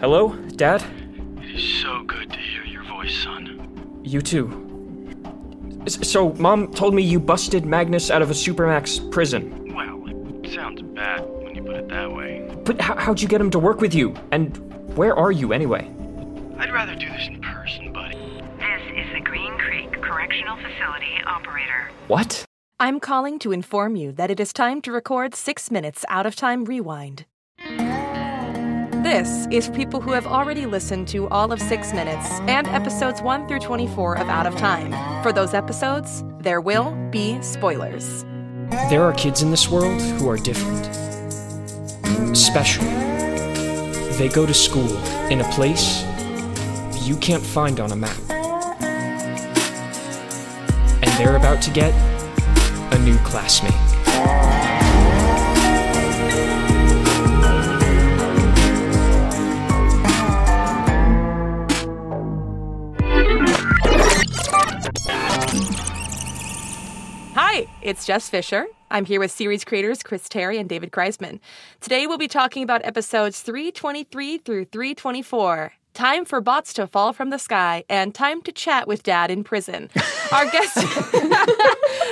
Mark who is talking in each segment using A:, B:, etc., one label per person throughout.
A: Hello, Dad?
B: It is so good to hear your voice, son.
A: You too. S- So, Mom told me you busted Magnus out of a Supermax prison.
B: Well, it sounds bad when you put it that way.
A: But how how'd you get him to work with you? And where are you anyway?
B: I'd rather do this in person, buddy.
C: This is the Green Creek Correctional Facility operator.
A: What?
D: I'm calling to inform you that it is time to record six minutes out of time rewind. This is for people who have already listened to all of six minutes and episodes 1 through 24 of Out of Time. For those episodes, there will be spoilers.
A: There are kids in this world who are different. Special. They go to school in a place you can't find on a map. And they're about to get a new classmate.
D: Hi, it's Jess Fisher. I'm here with series creators Chris Terry and David Kreisman. Today we'll be talking about episodes 323 through 324. Time for bots to fall from the sky and time to chat with dad in prison. Our guest.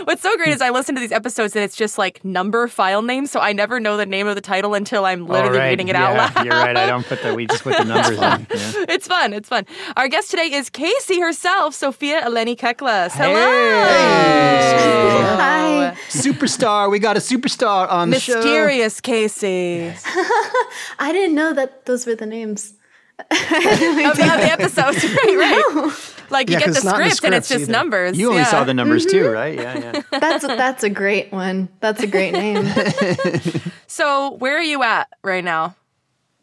D: What's so great is I listen to these episodes and it's just like number file name, so I never know the name of the title until I'm literally reading it out loud.
E: You're right. I don't put the we just put the numbers in.
D: It's fun. It's fun. Our guest today is Casey herself, Sophia Eleni Keklas. Hello.
F: Hi.
E: Superstar. We got a superstar on the show.
D: Mysterious Casey.
F: I didn't know that those were the names.
D: of, the- of the episodes, right? Right. Like you
E: Yeah,
D: get
E: 'cause
D: the
E: it's not in
D: script
E: the
D: and it's
E: scripts
D: just
E: either.
D: numbers.
E: You only
D: yeah. Mm-hmm.
E: saw the numbers too, right? Yeah, yeah.
F: That's that's a great one. That's a great name.
D: So where are you at right now?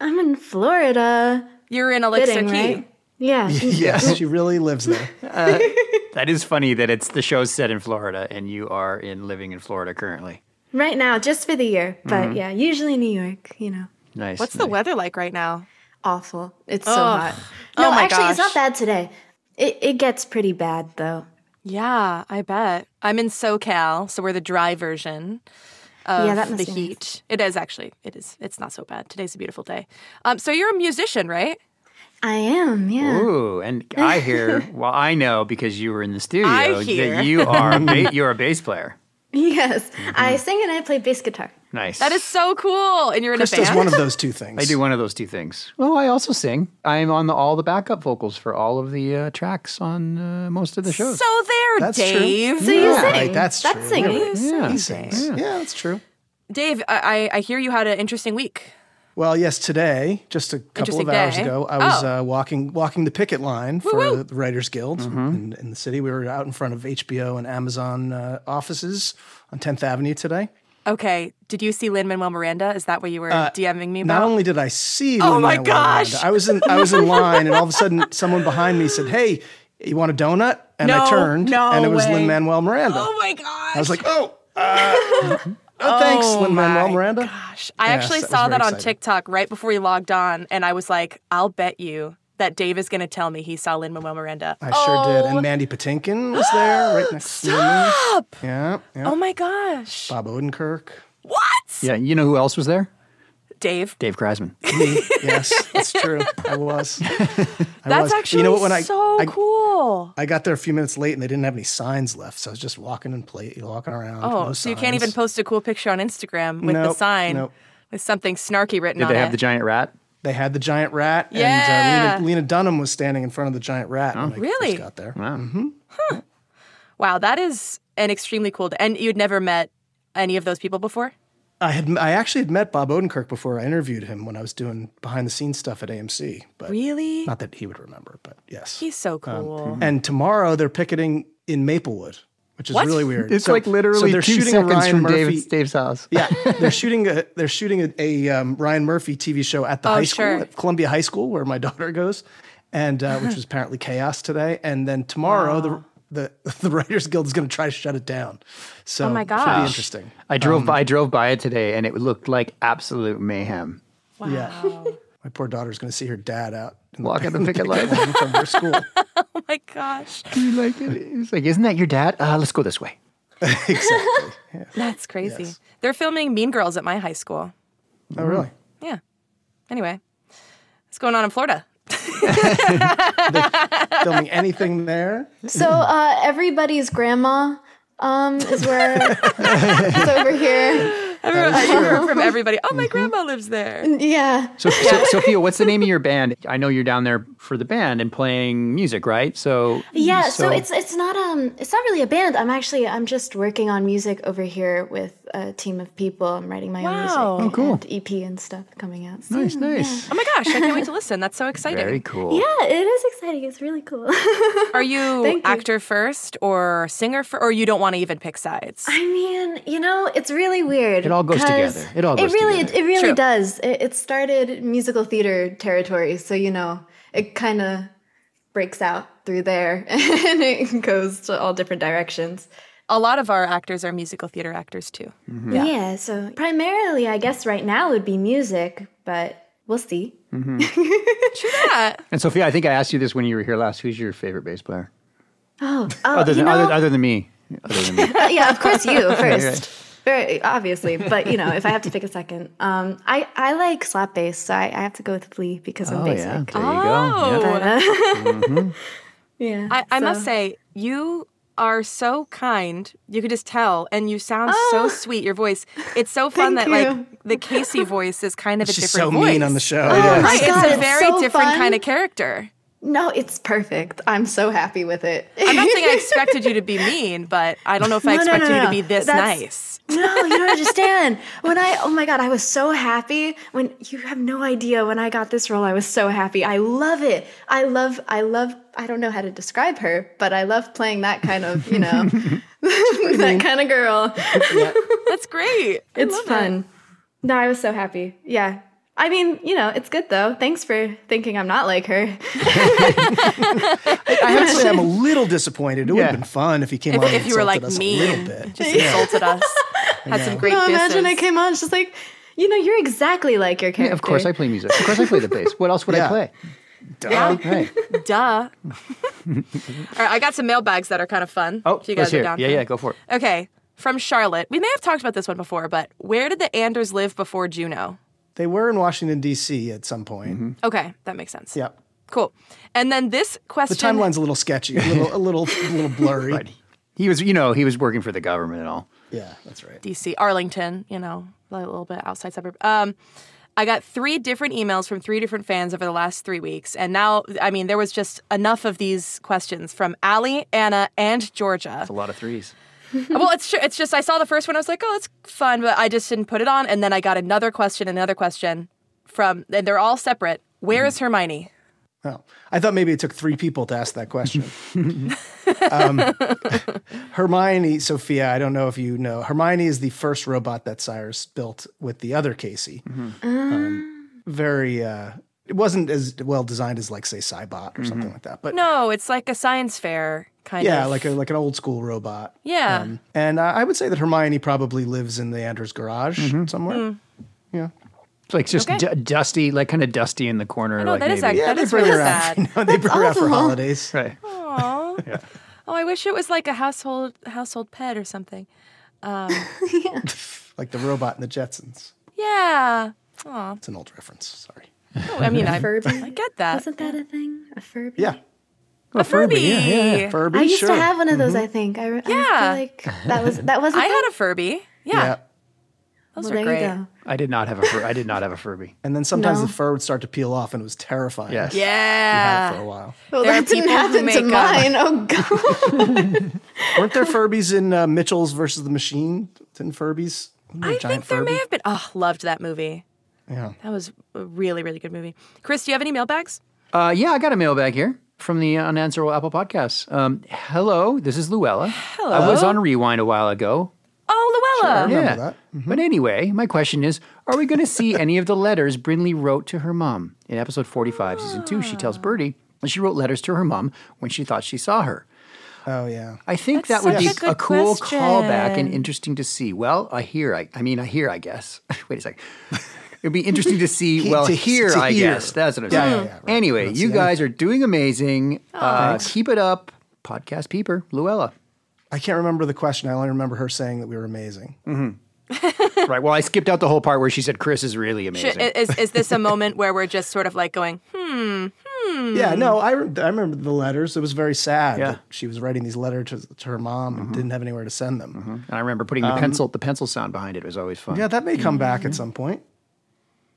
F: I'm in Florida.
D: You're in Elixir
F: Fitting,
D: Key.
F: right? Yeah.
G: Yes, she really lives there.
E: That is funny that it's the show's set in Florida and you are in living in Florida currently.
F: Right now, just for the year. But
E: Mm-hmm.
F: yeah, usually New York, you know.
E: Nice.
D: What's the
E: nice.
D: weather like right now?
F: Awful. It's so
D: Ugh. Oh
F: hot. No,
D: my
F: actually it's
D: gosh.
F: not bad today. It it gets pretty bad though.
D: Yeah, I bet. I'm in SoCal, so we're the dry version of
F: Yeah, that must
D: the
F: be nice.
D: heat. It is actually. It is. It's not so bad. Today's a beautiful day. Um, so you're a musician, right?
F: I am, yeah.
E: Ooh, and I hear. Well, I know because you were in the studio
D: I hear.
E: that you are a ba- you're a bass player.
F: Yes. I
E: Mm-hmm.
F: sing and I play bass guitar.
E: Nice.
D: That is so cool. And you're in
G: Chris
D: a
G: does
D: band.
G: one of those two things.
E: I do one of those two things. Well, I also sing. I am on the, all the backup vocals for all of the uh, tracks on uh, most of the shows. Mm-hmm.
D: so there,
G: That's true.
D: Dave.
F: So you
G: Yeah,
F: sing.
G: right, that's
F: that's
G: true.
F: singing.
E: yeah.
G: He sings. Yeah. that's true.
D: Dave, I, I I hear you had an interesting week.
G: Well, yes, today, just a couple
D: Interesting
G: of hours
D: day.
G: ago, I was
D: Oh.
G: uh, walking walking the picket line for
D: Woo-woo.
G: the Writers Guild
E: Mm-hmm.
G: in, in the city. We were out in front of HBO and Amazon uh, offices on 10th Avenue today.
D: Okay. Did you see Lin Manuel Miranda? Is that what you were DMing me about?
G: Uh, Not only did I see,
D: Oh
G: Lin-Manuel
D: my
G: Miranda,
D: gosh.
G: I was in I was in line, and all of a sudden, someone behind me said, "Hey, you want a donut?" And
D: No,
G: I turned,
D: no
G: and it was
D: way.
G: Lin Manuel Miranda.
D: oh my gosh.
G: I was like, "Oh, uh, oh, thanks, Lin Manuel Miranda."
D: gosh. I
G: Yes,
D: actually
G: that was
D: saw
G: very
D: that on
G: exciting.
D: TikTok right before we logged on, and I was like, I'll bet you that Dave is going to tell me he saw Lin Manuel Miranda.
G: I sure did. And Mandy Patinkin was there right next
D: Oh. Stop!
G: to me. Yeah, yeah.
D: Oh my gosh.
G: Bob Odenkirk.
D: What?
E: Yeah, you know who else was there?
D: Dave.
E: Dave Kreisman.
G: Me. Yes, that's true. I was. I
D: That's
G: was.
D: actually
G: you know what, when I,
D: so
G: I,
D: cool.
G: I got there a few minutes late and they didn't have any signs left. So I was just walking and play, walking around.
D: Oh,
G: no
D: so you can't even
G: signs.
D: post a cool picture on Instagram with the
G: Nope,
D: sign
G: nope.
D: with something snarky written
E: Did
D: on
E: they
D: it.
E: have the giant rat?
G: They had the giant rat.
D: Yeah.
G: And uh, Lena, Lena Dunham was standing in front of the giant rat when I
D: Really?
G: first got there.
D: wow, that is an extremely cool day. And you'd never met any of those people before?
G: I had I actually had met Bob Odenkirk before I interviewed him when I was doing behind the scenes stuff at AMC. But
D: Really?
G: not that he would remember, but yes.
D: He's so cool.
G: And tomorrow they're picketing in Maplewood, which is
D: What?
G: really weird.
E: It's
G: So-
E: like literally
G: so they're
E: two
G: shooting a
E: seconds
G: Ryan
E: from
G: Murphy-
E: Dave's, Dave's house.
G: Yeah, they're shooting a they're shooting a, a um, Ryan Murphy TV show at the
D: Oh,
G: high school,
D: sure.
G: at Columbia High School, where my daughter goes, and uh, which was apparently chaos today. And then tomorrow the the the Writers Guild is going to try to shut it down. So
D: Oh my
G: it should
D: gosh.
G: be interesting.
E: I drove by, I drove by it today, and it looked like absolute mayhem.
G: Yeah, my poor daughter's going to see her dad out in the
E: Walking the picket line.
G: line from her school.
D: Oh my gosh.
E: You like it? It's like, isn't that your dad? Uh, let's go this way.
G: exactly.
D: That's crazy. They're filming Mean Girls at my high school.
G: Oh, really?
D: Yeah. Anyway. What's going on in Florida?
G: filming anything there.
F: So uh, everybody's grandma um, is where it's over here.
D: Everyone, I heard from everybody. Oh, my grandma lives there.
F: Yeah.
E: So, so Sophia, what's the name of your band? I know you're down there for the band and playing music, right? So
F: Yeah, so, it's it's not um it's not really a band. I'm actually I'm just working on music over here with a team of people. I'm writing my own music,
D: Wow. Oh,
E: cool.
F: and EP and stuff coming out. Soon.
E: nice, nice,
D: Oh my gosh, I can't wait to listen. That's so exciting.
E: very cool.
F: Yeah, it is exciting. It's really cool.
D: Are you
F: Thank you.
D: actor first or singer first, or you don't want to even pick sides?
F: I mean, you know, it's really weird.
E: It all goes
F: 'cause
E: together. It all goes
F: it really,
E: together.
F: It really
D: True.
F: does. It, it started musical theater territory, so you know, it kind of breaks out through there and it goes to all different directions.
D: A lot of our actors are musical theater actors too.
E: Mm-hmm.
F: Yeah. so primarily, I guess right now would be music, but we'll see.
D: Yeah.
E: And Sophia, I think I asked you this when you were here last. Who's your favorite bass player?
F: Oh, oh
E: Other
F: you
E: than
F: know,
E: other, other than me. Other than me.
F: uh, yeah, of course you first. Very obviously, but you know, if I have to pick a second, um, I, I like slap bass, so I, I have to go with Flea because I'm
E: Oh
F: basic.
E: yeah, there you go.
D: Oh.
E: Yeah.
F: Yeah.
D: I, I
F: so-
D: must say, you are so kind. You could just tell, and you sound so sweet. Your voice. It's so fun that
F: Thank you.
D: like the Casey voice is kind of a
G: She's so
D: different voice.
G: mean on the show.
F: my
D: Right,
F: God,
D: it's a
F: it's
D: very
F: so
D: different
F: fun.
D: kind of character.
F: No, it's perfect. I'm so happy with it.
D: I'm not saying I expected you to be mean, but I don't know if I
F: No, no,
D: expected
F: no,
D: you to
F: no.
D: be this
F: That's-
D: nice.
F: no, you don't understand. When I, oh my God, I was so happy. When you have no idea, when I got this role, I was so happy. I love it. I love, I love, I don't know how to describe her, but I love playing that kind of, you know, that kind of girl.
D: That's great. I
F: It's
D: love it.
F: fun. No, I was so happy. Yeah. I mean, you know, it's good though. Thanks for thinking I'm not like her.
G: I have to say, I'm a little disappointed. It would
E: Yeah.
G: have been fun if he came
D: If,
G: on and
D: if you were
G: insulted
D: like
G: us
D: mean,
G: a little bit.
D: just insulted us, had some great
F: no,
D: disses.
F: imagine I came on, she's like, you know, you're exactly like your character.
E: Of course, I play music. Of course, I play the bass. What else would I
G: Yeah.
E: play?
D: Yeah.
E: Right.
D: Duh. All right, I got some mailbags that are kind of fun.
E: Oh,
D: if you
E: let's
D: guys
E: hear
D: are
E: it.
D: down.
E: Yeah,
D: for
E: yeah,
D: it.
E: go for it.
D: Okay, from Charlotte. We may have talked about this one before, but where did the Anders live before Juno?
G: They were in Washington, D.C. at some point.
D: Okay, that makes sense.
G: Yep.
D: Cool. And then this
G: The
D: question.
G: timeline's a little sketchy, a little, a little, a little blurry.
E: He was, you know, he was working for the government and all.
G: Yeah, that's right.
D: DC, Arlington, you know, a little bit outside suburb. Um, I got three different emails from three different fans over the last three weeks. And now, I mean, there was just enough of these questions from Allie, Anna, and Georgia.
E: A lot of threes.
D: well, it's ju- it's just I saw the first one. I was like, oh, that's fun, but I just didn't put it on. And then I got another question, another question from, and they're all separate. Where
G: Mm-hmm.
D: is Hermione?
G: Oh, I thought maybe it took three people to ask that question. um, Hermione, Sophia, I don't know if you know. Hermione is the first robot that Cyrus built with the other Casey.
D: Mm-hmm.
G: Um, very, uh, it wasn't as well designed as, like, say, Cybot or something like that. But
D: No, it's like a science fair kind
G: yeah,
D: of.
G: like a, like an old school robot.
D: yeah.
G: Um, and uh, I would say that Hermione probably lives in the Anders garage somewhere.
D: Mm.
E: It's like just d- dusty, like kind of dusty in the corner.
D: no,
E: like
D: that
E: maybe.
D: is ac-
G: Yeah,
D: that
G: they
D: is
G: bring
D: really
G: her out.
D: sad.
G: You know, they bring her out for holidays.
E: Right.
D: Aw. Oh, I wish it was like a household household pet or something.
G: Like the robot in the Jetsons.
D: Yeah. Oh.
G: It's an old reference. Sorry.
D: No, I mean, I, I
F: Furby?
D: get that.
F: Wasn't that a thing? A Furby?
G: Yeah.
D: A Furby.
E: yeah, yeah,
G: Furby,
F: I used
G: sure.
F: to have one of those.
E: Mm-hmm.
F: I think. I, re-
D: Yeah.
F: I feel like that was that was.
D: I had a Furby. Yeah,
G: yeah.
D: those
F: Well,
D: are
F: there
D: great.
F: you go.
E: I did not have a. Fur- I did not have a Furby.
G: And then sometimes
F: No.
G: the fur would start to peel off, and it was terrifying.
E: Yes.
G: You had it for a
D: Yeah.
G: while.
F: Well,
D: There are
F: that didn't
D: people who
F: happen to
D: make, uh,
F: mine. Oh god.
G: Weren't there Furbies in uh, Mitchell's versus the Machine? Didn't Furbies? Wasn't there a
D: I think there may have been. Oh, loved that movie.
G: Yeah.
D: That was a really, really good movie. Chris, do you have any mailbags?
E: Uh, yeah, I got a mailbag here from the Unanswerable Apple Podcast. Um, hello, this is Luella. Hello. I was on Rewind a while ago.
D: Oh, Luella.
G: Remember
E: yeah.
G: that.
E: But anyway, my question is Are we going to see any of the letters Brinley wrote to her mom? In episode 45, season two, she tells Birdie that she wrote letters to her mom when she thought she saw her.
G: Oh, yeah.
E: I think
D: That's
E: that would
D: such
E: be
D: a good
E: a, cool
D: question.
E: callback and interesting to see. Well, I hear. I, I mean, I hear. I guess. Wait a second. It'd be interesting to see. well,
G: to-
E: here.
G: to
E: I
G: hear.
E: guess that's what I'm
G: Yeah,
E: saying.
G: yeah, yeah, right.
E: Anyway,
G: That's
E: you
G: the
E: guys are doing amazing.
D: Oh,
E: Uh, keep it up, podcast peeper, Luella.
G: I can't remember the question. I only remember her saying that we were amazing.
E: right. Well, I skipped out the whole part where she said Chris is really amazing.
D: Is, is this a moment where we're just sort of like going, hmm,
G: Yeah, no, I, re- I remember the letters. It was very sad.
E: Yeah. Mm-hmm.
G: that she was writing these letters to, to her mom and didn't have anywhere to send them.
E: and I remember putting the pencil the pencil sound behind it. It was always fun.
G: Yeah, that may come back
E: Mm-hmm.
G: at some point.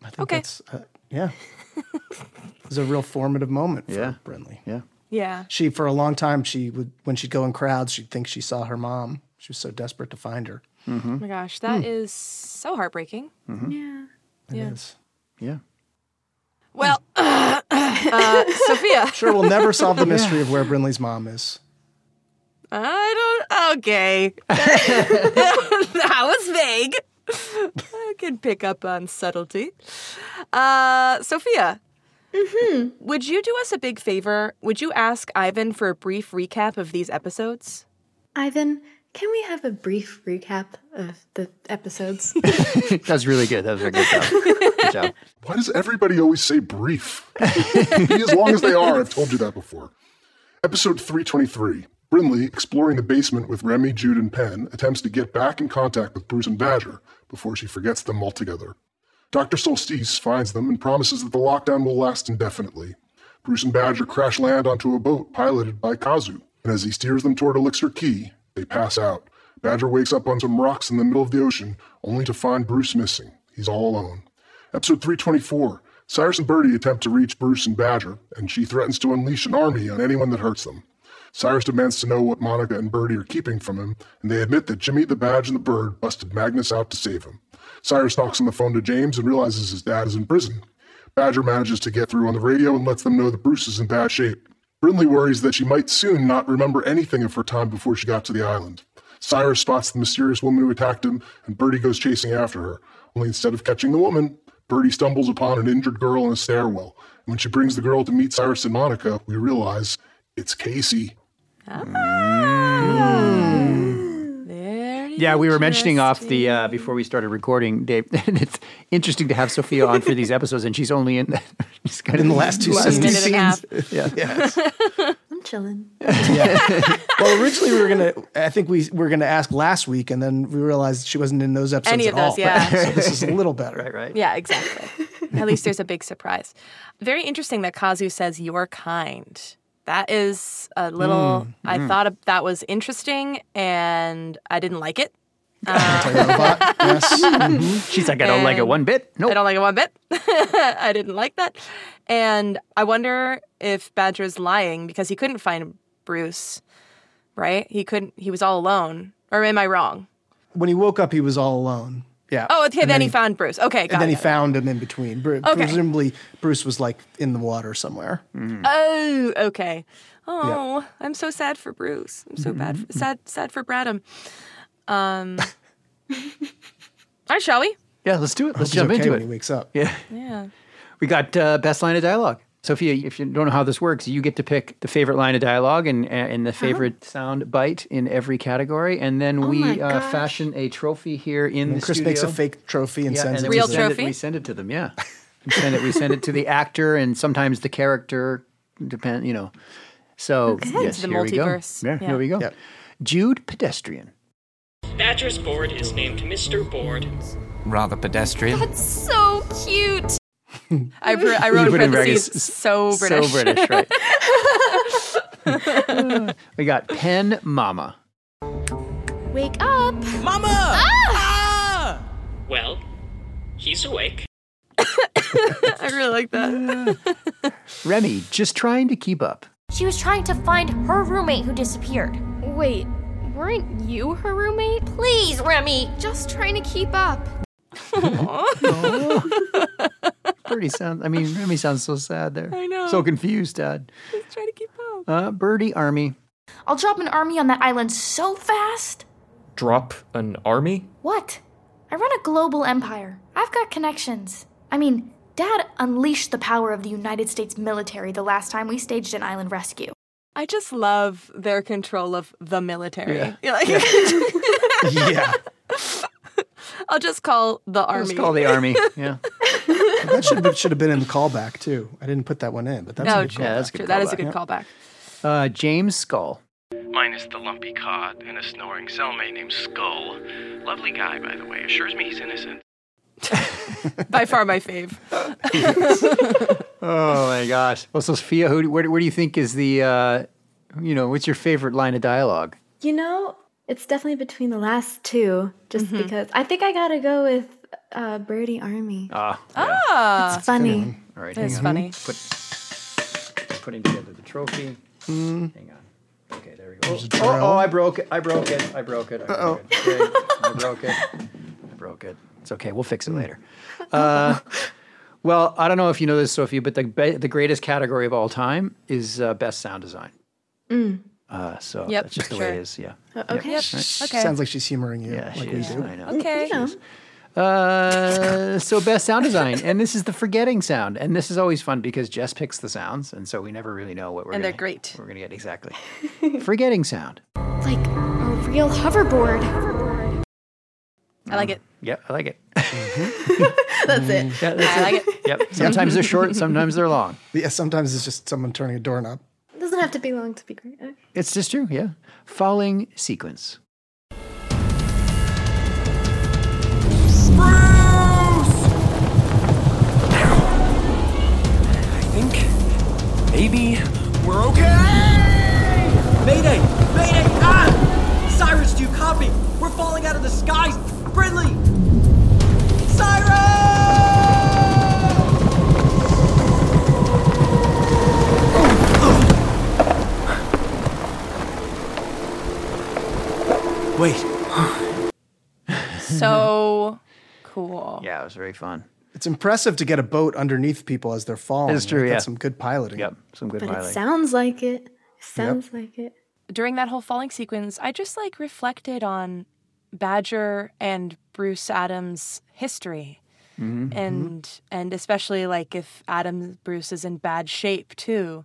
G: I think
D: Okay.
G: that's uh, yeah. it was a real formative moment for
E: Yeah.
G: Brinley.
E: Yeah.
D: yeah.
G: She for a long time she would when she'd go in crowds, she'd think she saw her mom. She was so desperate to find her.
D: Oh my gosh, that is so heartbreaking.
F: Yeah.
G: It
D: Yeah.
G: is.
E: Yeah.
D: Well, uh, Sophia,
G: Sure, we'll never solve the mystery of where Brinley's mom is.
D: I don't. Okay, that was vague. I can pick up on subtlety. Uh, Sophia, would you do us a big favor? Would you ask Ivan for a brief recap of these episodes?
F: Ivan, can we have a brief recap of the episodes?
E: That was really good. That was a good job. Good job.
H: Why does everybody always say brief? Be as long as they are. I've told you that before. Episode 323. Brinley, exploring the basement with Remy, Jude, and Penn, attempts to get back in contact with Bruce and Badger before she forgets them altogether. Dr. Solstice finds them and promises that the lockdown will last indefinitely. Bruce and Badger crash land onto a boat piloted by Kazu, and as he steers them toward Elixir Key, they pass out. Badger wakes up on some rocks in the middle of the ocean, only to find Bruce missing. He's all alone. Episode 324 Cyrus and Birdie attempt to reach Bruce and Badger, and she threatens to unleash an army on anyone that hurts them. Cyrus demands to know what Monica and Birdie are keeping from him, and they admit that Jimmy the Badge and the Bird busted Magnus out to save him. Cyrus talks on the phone to James and realizes his dad is in prison. Badger manages to get through on the radio and lets them know that Bruce is in bad shape. Brindley worries that she might soon not remember anything of her time before she got to the island. Cyrus spots the mysterious woman who attacked him, and Birdie goes chasing after her. Only instead of catching the woman, Birdie stumbles upon an injured girl in a stairwell. And when she brings the girl to meet Cyrus and Monica, we realize it's Casey.
D: There you
E: Yeah, we were mentioning
D: just-
E: off the uh, before we started recording, Dave. And it's interesting to have Sophia on for these episodes, and she's only in the, she's kind of
G: In the last two
D: Last
G: seasons.
D: minute and a half.
E: Yeah,
G: Yes.
F: I'm chilling.
G: well, originally we were gonna. I think we were gonna ask last week, and then we realized she wasn't in those episodes.
D: Any of
G: at all.
D: those, yeah.
G: so this is a little better.
E: right, right.
D: Yeah, exactly. At least there's a big surprise. Very interesting that Kazu says you're kind. That is a little. I thought that was interesting, and I didn't like it.
G: Robot, yes.
E: She's like, I don't like it
D: And-
E: one bit.
D: I
E: Nope.
D: don't like it one bit. I didn't like that, and I wonder if Badger's lying because he couldn't find Bruce. Right? He couldn't. He was all alone. Or am I wrong?
G: When he woke up, he was all alone. Yeah.
D: Oh, okay. Then, he found Bruce. Okay, got
G: and then
D: it.
G: he
D: got it.
G: found him in between. Bru-
D: Okay.
G: Presumably, Bruce was like in the water somewhere.
E: Mm-hmm.
D: Oh, okay. Oh, I'm so sad for Bruce. I'm so bad, for, sad, sad for Bradham. Um, all right, shall we?
E: Yeah, let's do it. Let's
G: He's
E: jump
G: okay
E: into
G: when he
E: it.
G: wakes up.
E: Yeah,
D: Yeah.
E: we got uh, best line of dialogue. Sophia, if you don't know how this works, you get to pick the favorite line of dialogue and uh, and the
D: Uh-huh.
E: favorite sound bite in every category, and then
D: Oh
E: we
F: my
E: uh,
F: gosh.
E: fashion a trophy here in
G: And
E: the
G: Chris
E: studio.
G: makes a fake trophy and
E: Yeah,
G: sends
E: and
G: it
E: then
G: to
D: Real
E: we
G: them.
E: send
D: trophy?
E: It, we send it to them. Yeah, we send it. We send it to the actor and sometimes the character. Depend, you know. So yes,
D: The
E: here
D: multiverse.
E: we go. Yeah,
D: Yeah.
E: here we go.
G: Yep.
E: Jude Pedestrian.
I: Badger's board is named Mr. Board.
J: Rather pedestrian.
C: So cute.
D: I, wr- I wrote
E: You
D: in
E: put in very
D: parentheses,
E: s-
D: so British.
E: So British, right? we got Pen Mama.
C: Wake up.
J: Mama!
I: Well, he's awake.
D: I really like that.
E: Remy, just trying to keep up.
K: She was trying to find her roommate who disappeared.
C: Wait, weren't you her roommate?
K: Please, Remy!
C: Just trying to keep up.
E: Birdie sounds. I mean, Remy sounds so sad there.
D: I know.
E: So confused, Dad.
D: Just trying to keep up.
E: Uh, Birdie Army.
K: I'll drop an army on that island so fast.
A: Drop an army?
K: What? I run a global empire. I've got connections. I mean, Dad unleashed the power of the United States military the last time we staged an island rescue.
D: I just love their control of the military.
E: Yeah.
D: You're like-
G: yeah,
D: I'll just call the army.
E: Let's call the army. Yeah.
G: that should have, should have been in the callback too. I didn't put that one in, but that's
D: no,
G: a good
D: true.
G: call.
E: that's a good
D: true. That is a
E: callback.
D: good callback.
E: Uh, James Skull.
B: minus the lumpy cod and a snoring cellmate named Skull. Lovely guy, by the way. Assures me he's innocent.
D: By far my fave.
E: Oh my gosh. Well, so Sophia, who, where, where do you think is the, uh, you know, what's your favorite line of dialogue?
F: You know, it's definitely between the last two, just
K: Mm-hmm.
F: because I think I gotta go with uh, Birdie Army.
E: Ah,
D: Ah,
F: it's funny.
E: all right.
D: that's
G: Mm-hmm.
E: hang on.
D: funny.
E: Put, putting together the trophy.
G: Mm-hmm.
E: Hang on. Okay, there we go. Oh,
G: drill.
E: oh, I broke it. I broke it. I broke it. I broke it. Okay, I broke it. I broke it. It's okay. We'll fix it later. Uh, well, I don't know if you know this, Sophie, but the be- the greatest category of all time is uh, best sound design. Uh, so
D: Mm. Yep,
E: that's just the
D: sure. Uh,
E: way it is. Yeah.
F: Okay.
D: Okay.
G: Sounds like she's humoring you.
E: Yeah,
G: like Mm-hmm.
E: she is.
G: we do.
E: I know.
D: okay.
E: Uh, so best sound design, and this is the forgetting sound, and this is always fun because Jess picks the sounds, and so we never really know what we're
D: And they're
E: gonna-
D: great.
E: We're gonna get exactly forgetting sound.
K: Like a real hoverboard.
G: Mm-hmm.
D: I like it.
E: Yep, I like it.
F: That's it.
E: Yeah, that's
D: I
E: it.
D: like it.
E: Yep. Sometimes they're short, sometimes they're long.
G: Yeah, sometimes it's just someone turning a doorknob.
F: It doesn't have to be long to be great. Okay.
E: It's just true. Yeah. Falling sequence.
A: I think maybe we're okay.
L: Mayday! Mayday! Ah! Cyrus, do you copy? We're falling out of the skies! Brindley! Cyrus!
A: Wait,
D: So cool.
E: Yeah, it was very fun.
G: It's impressive to get a boat underneath people as they're falling.
E: It's true,
G: Like,
E: yeah.
G: That's some good piloting.
E: Yep. Some good
F: But it
E: highlights.
F: sounds like it. Sounds like it.
D: During that whole falling sequence, I just like reflected on Badger and Bruce Adams' history. And and especially like if Adam Bruce is in bad shape too.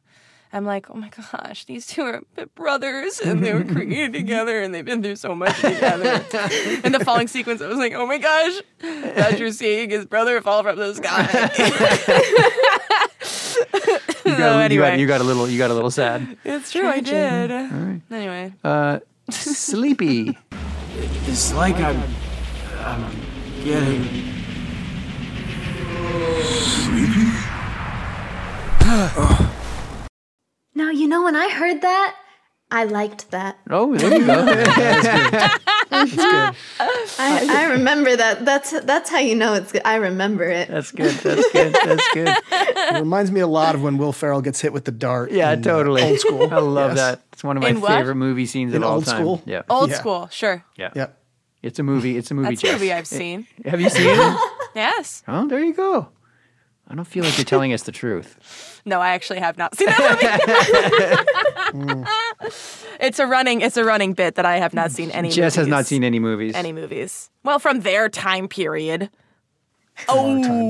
D: I'm like, oh my gosh, these two are b- brothers and they were created together and they've been through so much together. In the falling sequence, I was like, oh my gosh, Badger seeing his brother fall from the sky.
E: you, got,
D: So
E: a- you got-
D: anyway.
E: you got a little. You got a little sad.
D: it's true, I did. Anyway,
E: Uh, sleepy.
A: it's like I'm, I'm getting sleepy.
F: Now you know when I heard that, I liked that.
E: Oh, there you go.
F: I, I remember that. That's that's how you know it's good. I remember it.
E: That's good. That's good. That's good.
G: It reminds me a lot of when Will Ferrell gets hit with the dart.
E: Yeah,
G: in, uh,
E: totally.
G: old school.
E: I love
G: Yes.
E: that. It's one of my
D: In what?
E: favorite movie scenes
G: In
E: of all
G: Old
E: time.
G: School?
E: Yeah.
D: old
G: Yeah.
D: school, sure.
E: yeah.
G: Yep.
E: It's a movie. It's a movie.
D: That's a movie
E: Jess.
D: I've seen.
E: Have you seen it?
D: Yes.
E: Oh, there you go. I don't feel like you're telling us the truth.
D: No, I actually have not seen that movie. it's a running it's a running bit that I have not seen any
E: Jess has not
D: movies-
E: seen any movies.
D: any movies. Well, from their time period.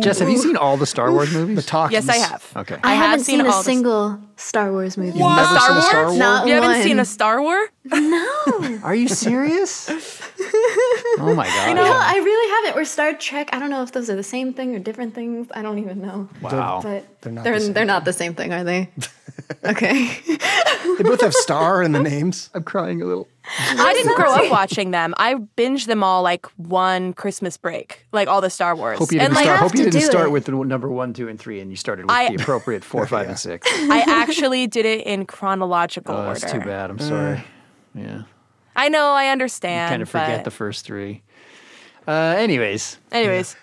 E: Jess, have you seen all the Star Wars movies?
G: The talk.
D: Yes, I have.
E: Okay.
F: I,
D: I have
F: haven't
D: seen
F: seen,
D: all
F: a
D: the-
F: single Star Wars movie.
G: Never seen a Star Wars?
F: Not
D: You haven't
F: one.
D: seen a Star Wars?
E: Are you serious? oh my god.
F: No, I really haven't. Or Star Trek. I don't know if those are the same thing or different things. I don't even know.
E: wow.
F: But
G: They're not
F: they're,
G: the same
F: they're not the same thing, are they? okay.
G: They both have star in the names.
E: I'm crying a little.
D: I didn't grow up watching them. I binged them all like one Christmas break, like all the Star Wars.
E: Hope you
D: and
E: didn't
D: like
E: start.
F: have
E: Hope you
F: to
E: didn't
F: do
E: start
F: it.
E: with the number one, two, and three, and you started with
D: I-
E: the appropriate four, five, and six.
D: I actually did it in chronological
E: Oh,
D: order. Mm.
E: that's too bad. I'm sorry. Yeah.
D: I know, I understand.
E: Kind of forget
D: but
E: the first three. Uh, anyways,
D: Anyways,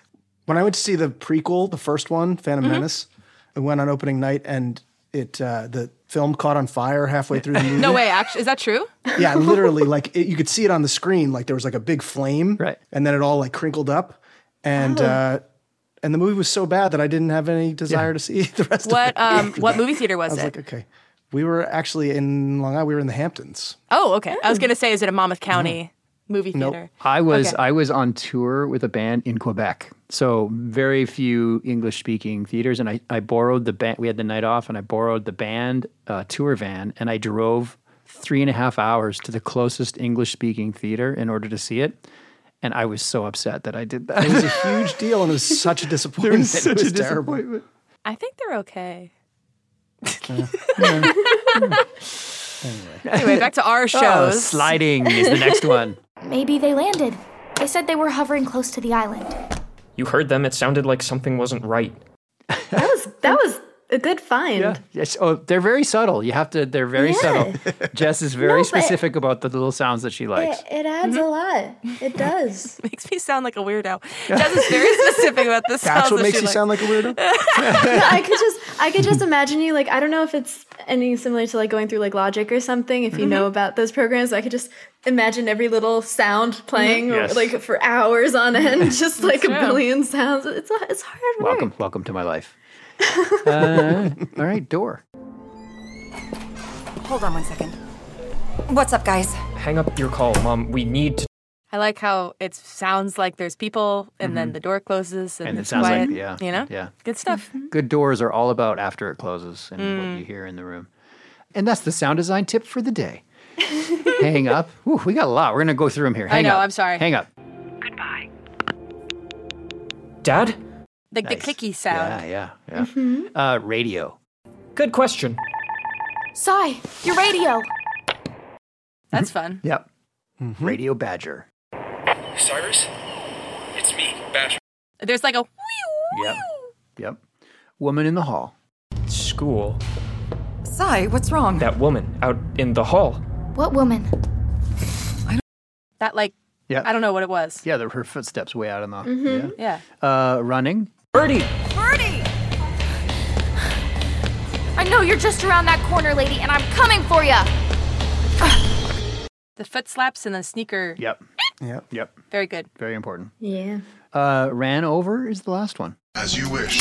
G: When I went to see the prequel, the first one, Phantom
E: Mm-hmm.
G: Menace, I went on opening night and it uh, the film caught on fire halfway through the movie.
D: no way, actually is that true?
G: yeah, literally, like it, you could see it on the screen. Like there was like a big flame,
E: Right.
G: And then it all like crinkled up, and uh, and the movie was so bad that I didn't have any desire to see the rest of it.
D: What um what movie theater
G: I
D: was,
G: was
D: it?
G: like, okay, we were actually in Long Island. We were in the Hamptons.
D: Oh, okay. I was gonna say, is it a Monmouth County movie theater?
E: I was
D: Okay.
E: I was on tour with a band in Quebec, so very few English speaking theaters, and I, I borrowed the band. We had the night off, and I borrowed the band uh, tour van, and I drove three and a half hours to the closest English speaking theater in order to see it, and I was so upset that I did that.
G: It was a huge deal, and it was such a disappointment. It was, terrible.
E: disappointment.
D: I think they're okay.
E: Uh, Anyway.
D: Anyway, back to our shows.
E: Oh, sliding is the next one.
K: Maybe they landed. They said they were hovering close to the island.
A: You heard them. It sounded like something wasn't right.
F: That was that was a good find.
E: Yeah. Yes. Oh, they're very subtle. You have to. They're very
F: Yeah.
E: subtle. Jess is very
F: No, but-
E: specific about the little sounds that she likes.
F: It, it adds a lot. It does.
D: Makes me sound like a weirdo. Jess is very specific about this.
G: That's what makes you sound like a weirdo.
F: No, I could just I could just imagine you like I don't know if it's any similar to like going through like Logic or something if you know about those programs. I could just imagine every little sound playing
E: Yes.
F: like for hours on end, just like a
D: true.
F: billion sounds. It's it's hard work.
E: Welcome, welcome to my life. Uh, all right, door.
M: Hold on one second. What's up, guys?
A: Hang up your call, Mom. We need to.
D: I like how it sounds like there's people, and then the door closes, and,
E: Mm-hmm. And it
D: it's
E: sounds like
D: quiet,
E: yeah,
D: you know,
E: yeah. Mm-hmm.
D: good stuff.
E: Good doors are all about after it closes and
D: Mm.
E: what you hear in the room. And that's the sound design tip for the day. Hang up. Ooh, we got a lot. We're gonna go through them here.
D: I
E: Hang
D: know,
E: up.
D: I'm sorry.
E: Hang up.
A: Dad?
D: Like the
E: Nice.
D: clicky sound. Mm-hmm.
E: Yeah, yeah, yeah. Uh, radio.
A: Good question.
K: Sai, your radio!
D: That's fun.
E: Yep. Radio Badger.
I: Cyrus? It's me, Badger.
D: There's like a
E: Yep. Yep. Woman in the hall.
A: School.
M: Sai, what's wrong?
A: That woman out in the hall.
K: What woman?
D: that like
E: Yeah.
D: I don't Mm-hmm. know what it was.
E: Yeah, the, her footsteps way out in the.
D: Yeah.
E: Yeah. Uh, running.
A: Birdie!
K: Birdie! I know you're just around that corner, lady, and I'm coming for ya!
D: The foot slaps and the sneaker.
E: Yep.
G: Yep.
E: Yep.
D: Very good.
E: Very important.
F: Yeah.
E: Uh, ran over is the last one.
H: As you wish.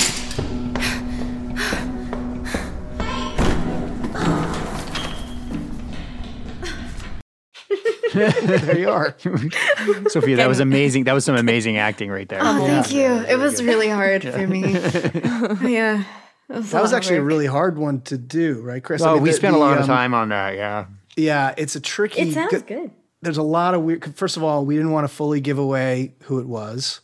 E: there you are, Sophia. That was amazing. That was some amazing acting right there.
D: Um,
F: Oh, thank you. It was really hard for me. yeah. It a
G: That was
F: lot of
G: actually a
F: work.
G: really hard one to do, right, Chris? I
E: Oh,
G: mean,
E: we
G: the-
E: spent
G: the,
E: a lot of
G: um,
E: time on that. Yeah.
G: Yeah, it's a tricky.
F: It sounds
G: good-
F: good.
G: There's a lot of weird. First of all, we didn't want to fully give away who it was,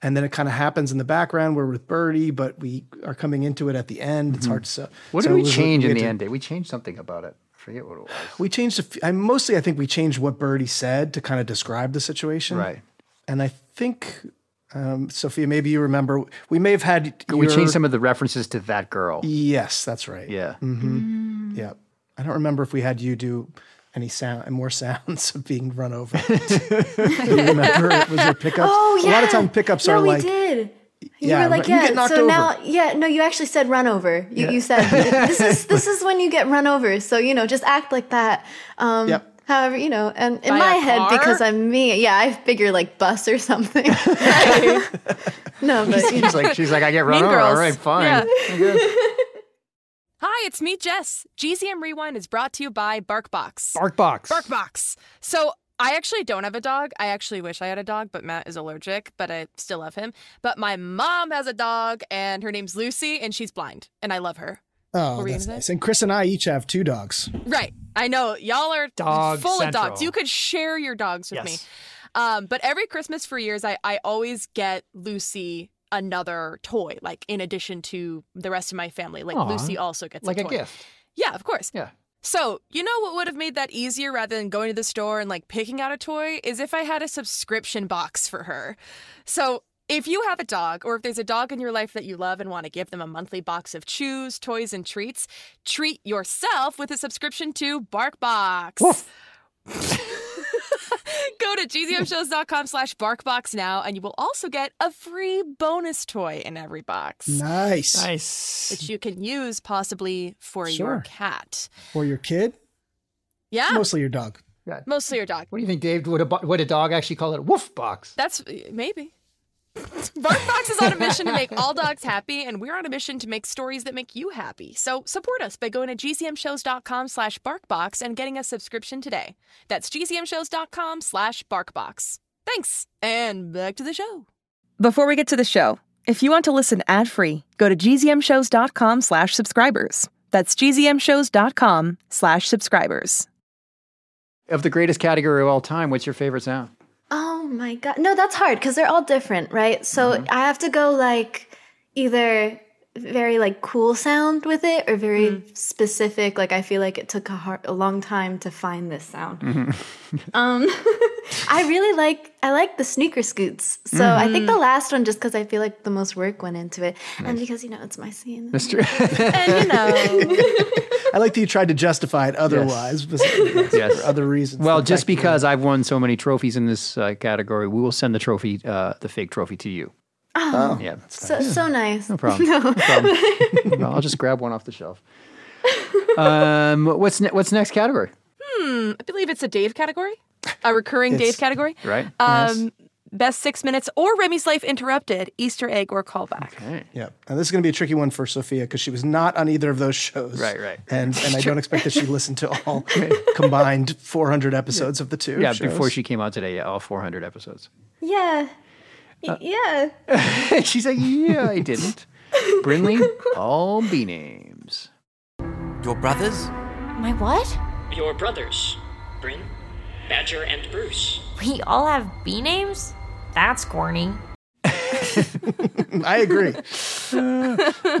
G: and then it kind of happens in the background. We're with Birdie, but we are coming into it at the end. It's hard to. se-
E: Mm-hmm. What
G: so
E: did
G: it
E: we
G: was-
E: change in
G: had
E: the
G: to-
E: end? Did we change something about it? I forget what it was.
G: We changed. A few, I mostly, I think, we changed what Birdie said to kind of describe the situation.
E: Right.
G: And I think, um, Sophia, maybe you remember we may have had.
E: We
G: your-
E: changed some of the references to that girl.
G: Yes, that's right.
E: Yeah.
G: Yeah. I don't remember if we had you do any sound more sounds of being run over. do you remember? Was there pickups?
F: Oh yeah.
G: A lot of time pickups
F: no,
G: are
F: we
G: like
F: did. You
G: Yeah,
F: were like,
G: you
F: yeah.
G: get knocked
F: so
G: over.
F: now, yeah, no, you actually said run over. You, you said this is this is when you get run over. So you know, just act like that. Um,
G: Yep.
F: However, you know, and in
D: By a
F: my head
D: car?
F: because I'm me, yeah, I figure like bus or something. no, but you know,
E: She's like, she's like, I get run
D: Mean
E: over.
D: Girls.
E: All right, fine.
D: Yeah. Hi, it's me, Jess. GZM Rewind is brought to you by BarkBox.
E: Bark box.
D: BarkBox. So I actually don't have a dog. I actually wish I had a dog, but Matt is allergic, but I still love him. But my mom has a dog, and her name's Lucy, and she's blind, and I love her.
G: Oh,
D: What were you
G: that's
D: gonna
G: nice. And Chris and I each have two dogs.
D: Right. I know y'all are
E: Dog
D: full of dogs.
E: central.
D: You could share your dogs with me.
E: Yes.
D: Um, but every Christmas for years, I, I always get Lucy another toy, like in addition to the rest of my family. Like
E: Aw.
D: Lucy also gets
E: Like
D: a
E: a
D: toy.
E: gift.
D: Yeah, of course.
E: Yeah.
D: So, you know what would have made that easier rather than going to the store and like picking out a toy is if I had a subscription box for her. So, if you have a dog or if there's a dog in your life that you love and want to give them a monthly box of chews, toys, and treats, treat yourself with a subscription to BarkBox. Go to gzmshows.com slash barkbox now, and you will also get a free bonus toy in every box,
G: Nice.
E: Nice.
D: which you can use possibly for your
G: Sure.
D: cat.
G: Or your kid?
D: Yeah.
G: Mostly your dog.
D: Mostly your dog.
E: What do you think, Dave? Would a, bo- would a dog actually call it? Woof box.
D: That's maybe. BarkBox is on a mission to make all dogs happy, and we're on a mission to make stories that make you happy. So support us by going to gcmshows.com slash barkbox and getting a subscription today. That's gcmshows.com slash barkbox. Thanks, and back to the show. Before we get to the show, if you want to listen ad-free, go to gzmshows.com slash subscribers. That's gzmshows.com slash subscribers.
E: Of the greatest category of all time, what's your favorite sound?
F: oh my
E: Mm-hmm.
F: god, no, that's hard because they're all different, right? So I have to go like either very like cool sound with it or very
E: Mm.
F: specific like i feel like it took a, hard, a long time to find this sound
E: Mm-hmm.
F: um i really like i like the sneaker scoots so i
E: Mm-hmm.
F: think the last one just because i feel like the most work went into it and because you know it's my scene
E: That's true.
F: and you know
G: I like that you tried to justify it otherwise, but
E: Yes.
G: for other reasons.
E: Well, just because I've won so many trophies in this uh, category, we will send the trophy, uh, the fake trophy, to you.
F: oh,
E: Yeah,
F: so so nice
E: no problem. No. problem. I'll just grab one off the shelf. Um, what's ne- what's next category?
D: Hmm, I believe it's a Dave category, a recurring Dave
E: It's-
D: category.
E: Right.
D: Um, Best six minutes or Remy's life interrupted, Easter egg or callback.
G: Yeah. And this is going to be a tricky one for Sophia because she was not on either of those shows.
E: Right, right.
G: And and I don't expect that she listened to all combined 400 episodes of the two.
E: yeah,
G: shows.
E: before she came out today, yeah, all 400 episodes.
F: yeah
E: Uh,
F: Y- yeah
E: She's like, yeah, I didn't. Brinley, all B names.
J: Your brothers?
K: My what?
I: Your brothers, Bryn, Badger, and Bruce.
N: We all have B names? That's corny.
G: I agree.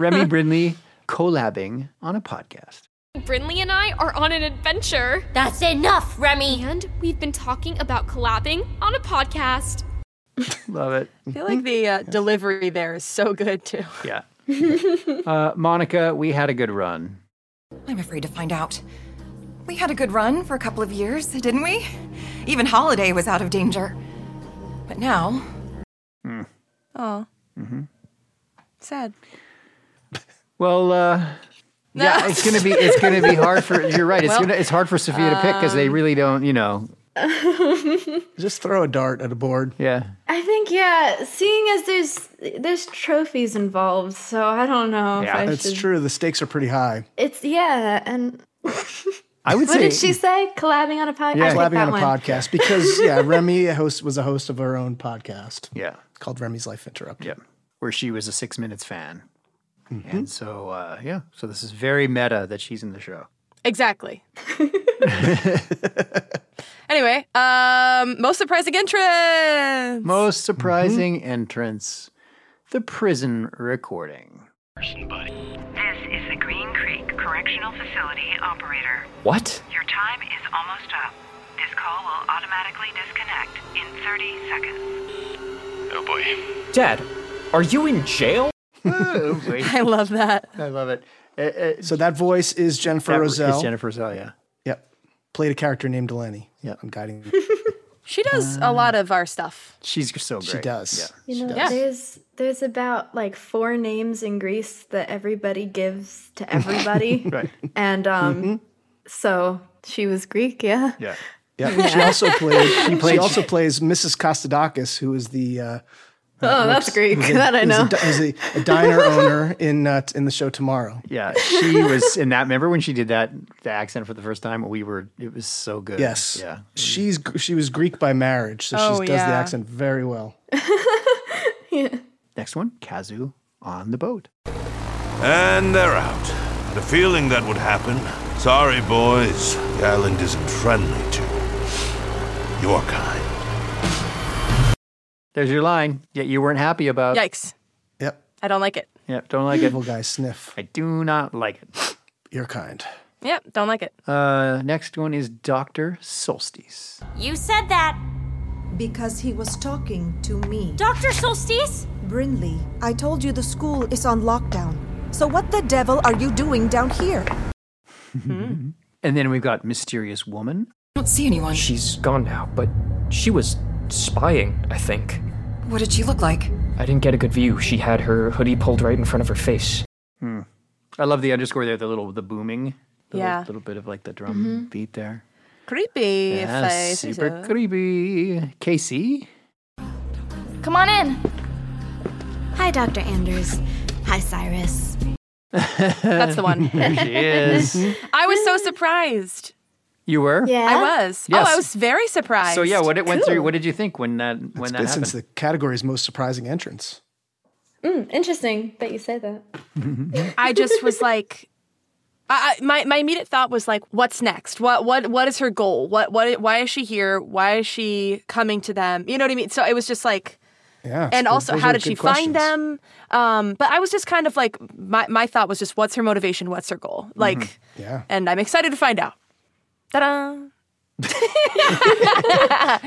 E: Remy Brinley collabing on a podcast.
O: Brinley and I are on an adventure.
N: That's enough, Remy.
O: And we've been talking about collabing on a podcast.
E: Love it.
D: I feel like the uh, delivery there is so good too.
E: Yeah. Uh, Monica, we had a good run.
M: I'm afraid to find out. We had a good run for a couple of years, didn't we? Even Holiday was out of danger. But now,
D: Oh,
E: Mm-hmm.
D: sad.
E: Well, uh, yeah, it's gonna be it's gonna be hard for. You're right. It's
D: Well,
E: gonna it's hard for Sophia to pick because they
F: um,
E: really don't. You know.
G: Just throw a dart at a board.
E: Yeah.
F: I think yeah, seeing as there's there's trophies involved, so I don't know if I
G: That's
F: should.
G: true. The stakes are pretty high.
F: It's yeah, and
G: I would
F: what did she say? Collabing on a podcast.
G: Yeah,
F: I picked
G: collabing
F: that
G: on a
F: one.
G: podcast because yeah, Remy host was a host of her own podcast.
E: Yeah.
G: Called Remy's Life Interrupted.
E: Yep. Where she was a Six Minutes fan, and so uh, yeah, so this is very meta that she's in the show.
D: Exactly. anyway, um, most surprising entrance.
E: Most surprising entrance, the prison recording.
C: This is the Green Creek Correctional Facility operator.
E: What?
C: Your time is almost up. This call will automatically disconnect in 30 seconds.
B: Oh boy.
A: Dad, are you in jail?
E: I
D: love that.
E: I love it.
G: so that voice is Jennifer
E: That is
G: Roselle.
E: Jennifer Roselle, yeah.
G: Yep. Played a character named Delaney. Yeah. I'm guiding.
D: She does
E: Um,
D: a lot of our stuff.
E: She's so great.
G: She does.
F: You know,
D: does.
F: there's there's about like four names in Greece that everybody gives to everybody,
E: right.
F: and um,
G: Mm-hmm.
F: so she was Greek, yeah.
E: Yeah.
G: Yeah. She also played. She,
F: played-
G: also plays Mrs. Kostadakis, who is the. Uh,
F: Oh, that's Greek. That I know.
G: Is a, a diner owner in uh, t- in the show tomorrow.
E: Yeah, she was in that. Remember when she did that the accent for the first time? We were. It was so good.
G: Yes.
E: Yeah.
G: She's gr- she was Greek by marriage, so
E: Oh,
G: she does the
E: yeah.
G: accent very well.
E: Next one, Kazu on the boat.
P: And they're out. The feeling that would happen. Sorry, boys. The island isn't friendly to your kind.
E: There's your line. Yet you weren't happy about.
D: Yikes.
G: Yep.
D: I don't like it.
E: Yep. Don't like it.
G: Evil guy sniff.
E: I do not like it.
G: Your kind.
D: Yep, don't like it.
E: Uh, next one is Doctor Solstice.
N: You said that.
Q: Because he was talking to me.
N: Dr. Solstice?
Q: Brinley, I told you the school is on lockdown. So what the devil are you doing down here?
E: And then we've got mysterious woman.
A: don't see anyone. She's gone now, but she was spying, I think.
M: what did she look like?
A: I didn't get a good view. She had her hoodie pulled right in front of her face.
E: Hmm. I love the underscore there. The little the booming. The
D: Yeah.
E: Little, little bit of like the drum beat there.
D: Creepy. if I
E: Yeah,
D: say
E: super
D: so.
E: creepy. Casey.
K: Come on in.
F: Hi, Dr. Anders. Hi, Cyrus.
D: That's the one.
E: there she is.
D: I was so surprised.
E: You were.
D: I was.
E: Yes.
D: Oh, I was very surprised.
E: So yeah, what it went through.
D: Cool.
E: What did you think when that when
G: It's
E: that
G: been
E: happened?
G: since the category's most surprising entrance.
F: Mm, interesting that you say that.
D: I just was like, I, I, my my immediate thought was like, what's next? What what what is her goal? What what why is she here? Why is she coming to them? You know what I mean? So it was just like,
G: Yeah.
D: and
G: those-
D: also
G: those
D: how
G: are
D: did she
G: good
D: find
G: questions.
D: them um, but i was just kind of like my, my thought was just what's her motivation what's her goal like
G: Mm-hmm. Yeah.
D: and i'm excited to find out Ta-da.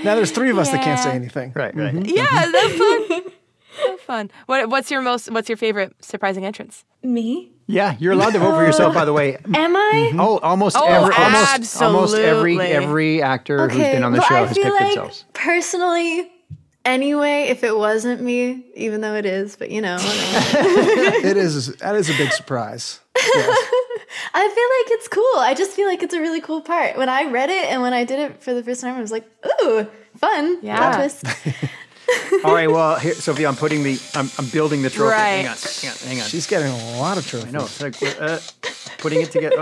G: Now there's three of us that can't say
D: Yeah.
G: anything.
E: Right,
G: right.
F: Mm-hmm.
D: yeah that's fun That's fun what, what's your most what's your favorite surprising entrance
F: me
E: Yeah, you're allowed to vote for yourself, by the way.
G: Mm-hmm.
F: Am I?
E: Oh, almost
F: Oh,
E: every, almost, almost every
F: absolutely.
E: every actor who's
F: Okay,
E: been on the
F: well,
E: show
F: I
E: has
F: feel
E: picked
F: like
E: themselves.
F: personally. Anyway, if it wasn't me, even though it is, but you know, whatever.
G: it is that is a big surprise.
F: I feel like it's cool. I just feel like it's a really cool part. When I read it and when I did it for the first time, I was like, ooh, fun. Yeah. Plot twist.
E: All right, well, here, Sophie, I'm putting the, I'm, I'm building the trophy. Hang on,
F: Right.
E: hang on, hang on.
G: She's getting a lot of trophies.
E: I know. It's like, we're, uh, putting it together.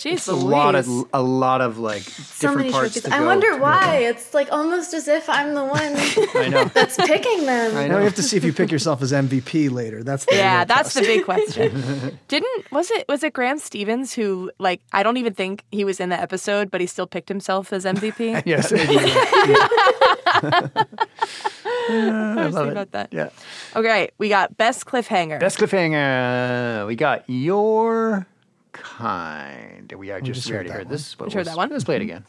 D: Jeez,
E: it's a lot of, a lot of like
F: So
E: different
F: many
E: parts
F: trophies.
E: to
F: I
E: go.
F: wonder why. It's like almost as if I'm the one
E: I know.
F: that's picking them.
G: Now we have to see if you pick yourself as MVP later. That's the
D: yeah
G: real
D: that's the
G: test.
D: big question didn't was it was it graham stevens who like i don't even think he was in the episode but he still picked himself as mvp
E: Yes. Yeah.
D: I was
E: love
D: thinking
E: it.
D: about that.
E: Yeah.
D: Okay, we got best cliffhanger.
E: Best cliffhanger. We got your kind. We are just, we already heard Mm-hmm. this. but
D: We heard that
E: let's-
D: one.
E: Let's play it again.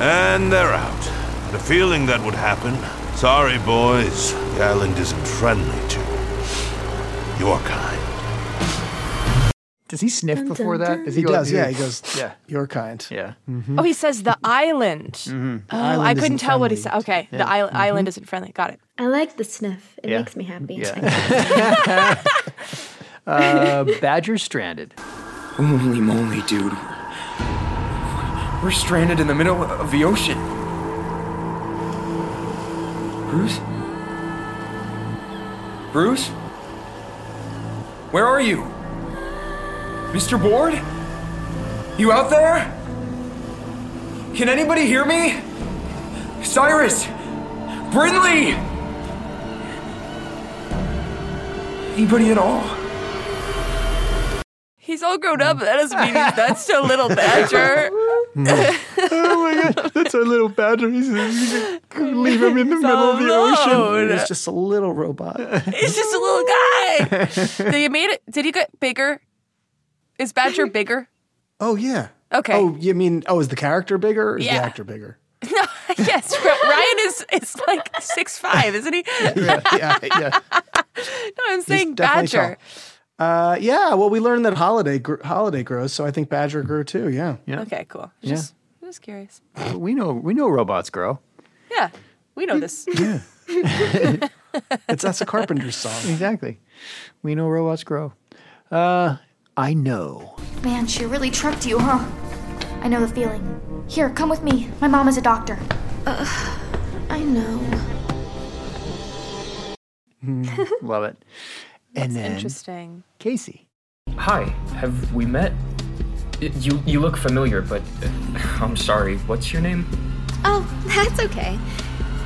P: And they're out. The feeling that would happen. Sorry, boys. The island isn't friendly to your kind.
E: Does he sniff
D: Dun,
E: before
D: dun,
E: that?
D: dun.
E: Does
G: He
E: go-
G: does, yeah. He goes,
E: Yeah.
G: Your kind.
E: Yeah.
D: Oh, he says the island. Oh,
G: Mm-hmm. island
D: I couldn't
G: isn't Mm-hmm.
D: tell what he said. Okay, the isl- island isn't friendly. Got it.
F: I like the sniff. It
E: Yeah.
F: makes me happy.
E: Yeah. uh, Badger stranded.
J: Holy moly, dude. We're stranded in the middle of the ocean. Bruce? Bruce? Where are you? Mr. Board? You out there? Can anybody hear me? Cyrus! Brinley! Anybody at all?
D: He's all grown up. That doesn't mean that's so little badger.
E: oh my god, that's our little badger. He's, leave him in the middle of the
D: alone.
E: ocean.
G: He's just a little robot.
D: He's just a little guy. They made it. Did he get bigger? Is badger bigger?
G: Oh yeah.
D: Okay.
G: Oh, you mean oh, is the character bigger or is
D: Yeah.
G: the actor bigger?
D: No, yes. R- Ryan is is like six five, isn't he?
G: Yeah, yeah, yeah.
D: No, I'm
G: He's
D: saying
G: definitely
D: badger.
G: tall. Uh, yeah. Well, we learned that holiday gr- holiday grows, so I think Badger grew too. Yeah.
D: Okay, cool.
E: Yeah.
D: Just just curious.
E: We know we know robots grow.
D: Yeah, we know this.
G: It's that's a Carpenter's song.
E: Exactly. We know robots grow. Uh, I know.
K: Man, she really tricked you, huh? I know the feeling. Here, come with me. My mom is a doctor.
F: Uh,
K: Ugh, I know.
E: Love it. And then
D: Interesting.
E: Casey.
R: Hi, have we met? Y- You you look familiar, but uh, I'm sorry. What's your name?
S: Oh, that's okay.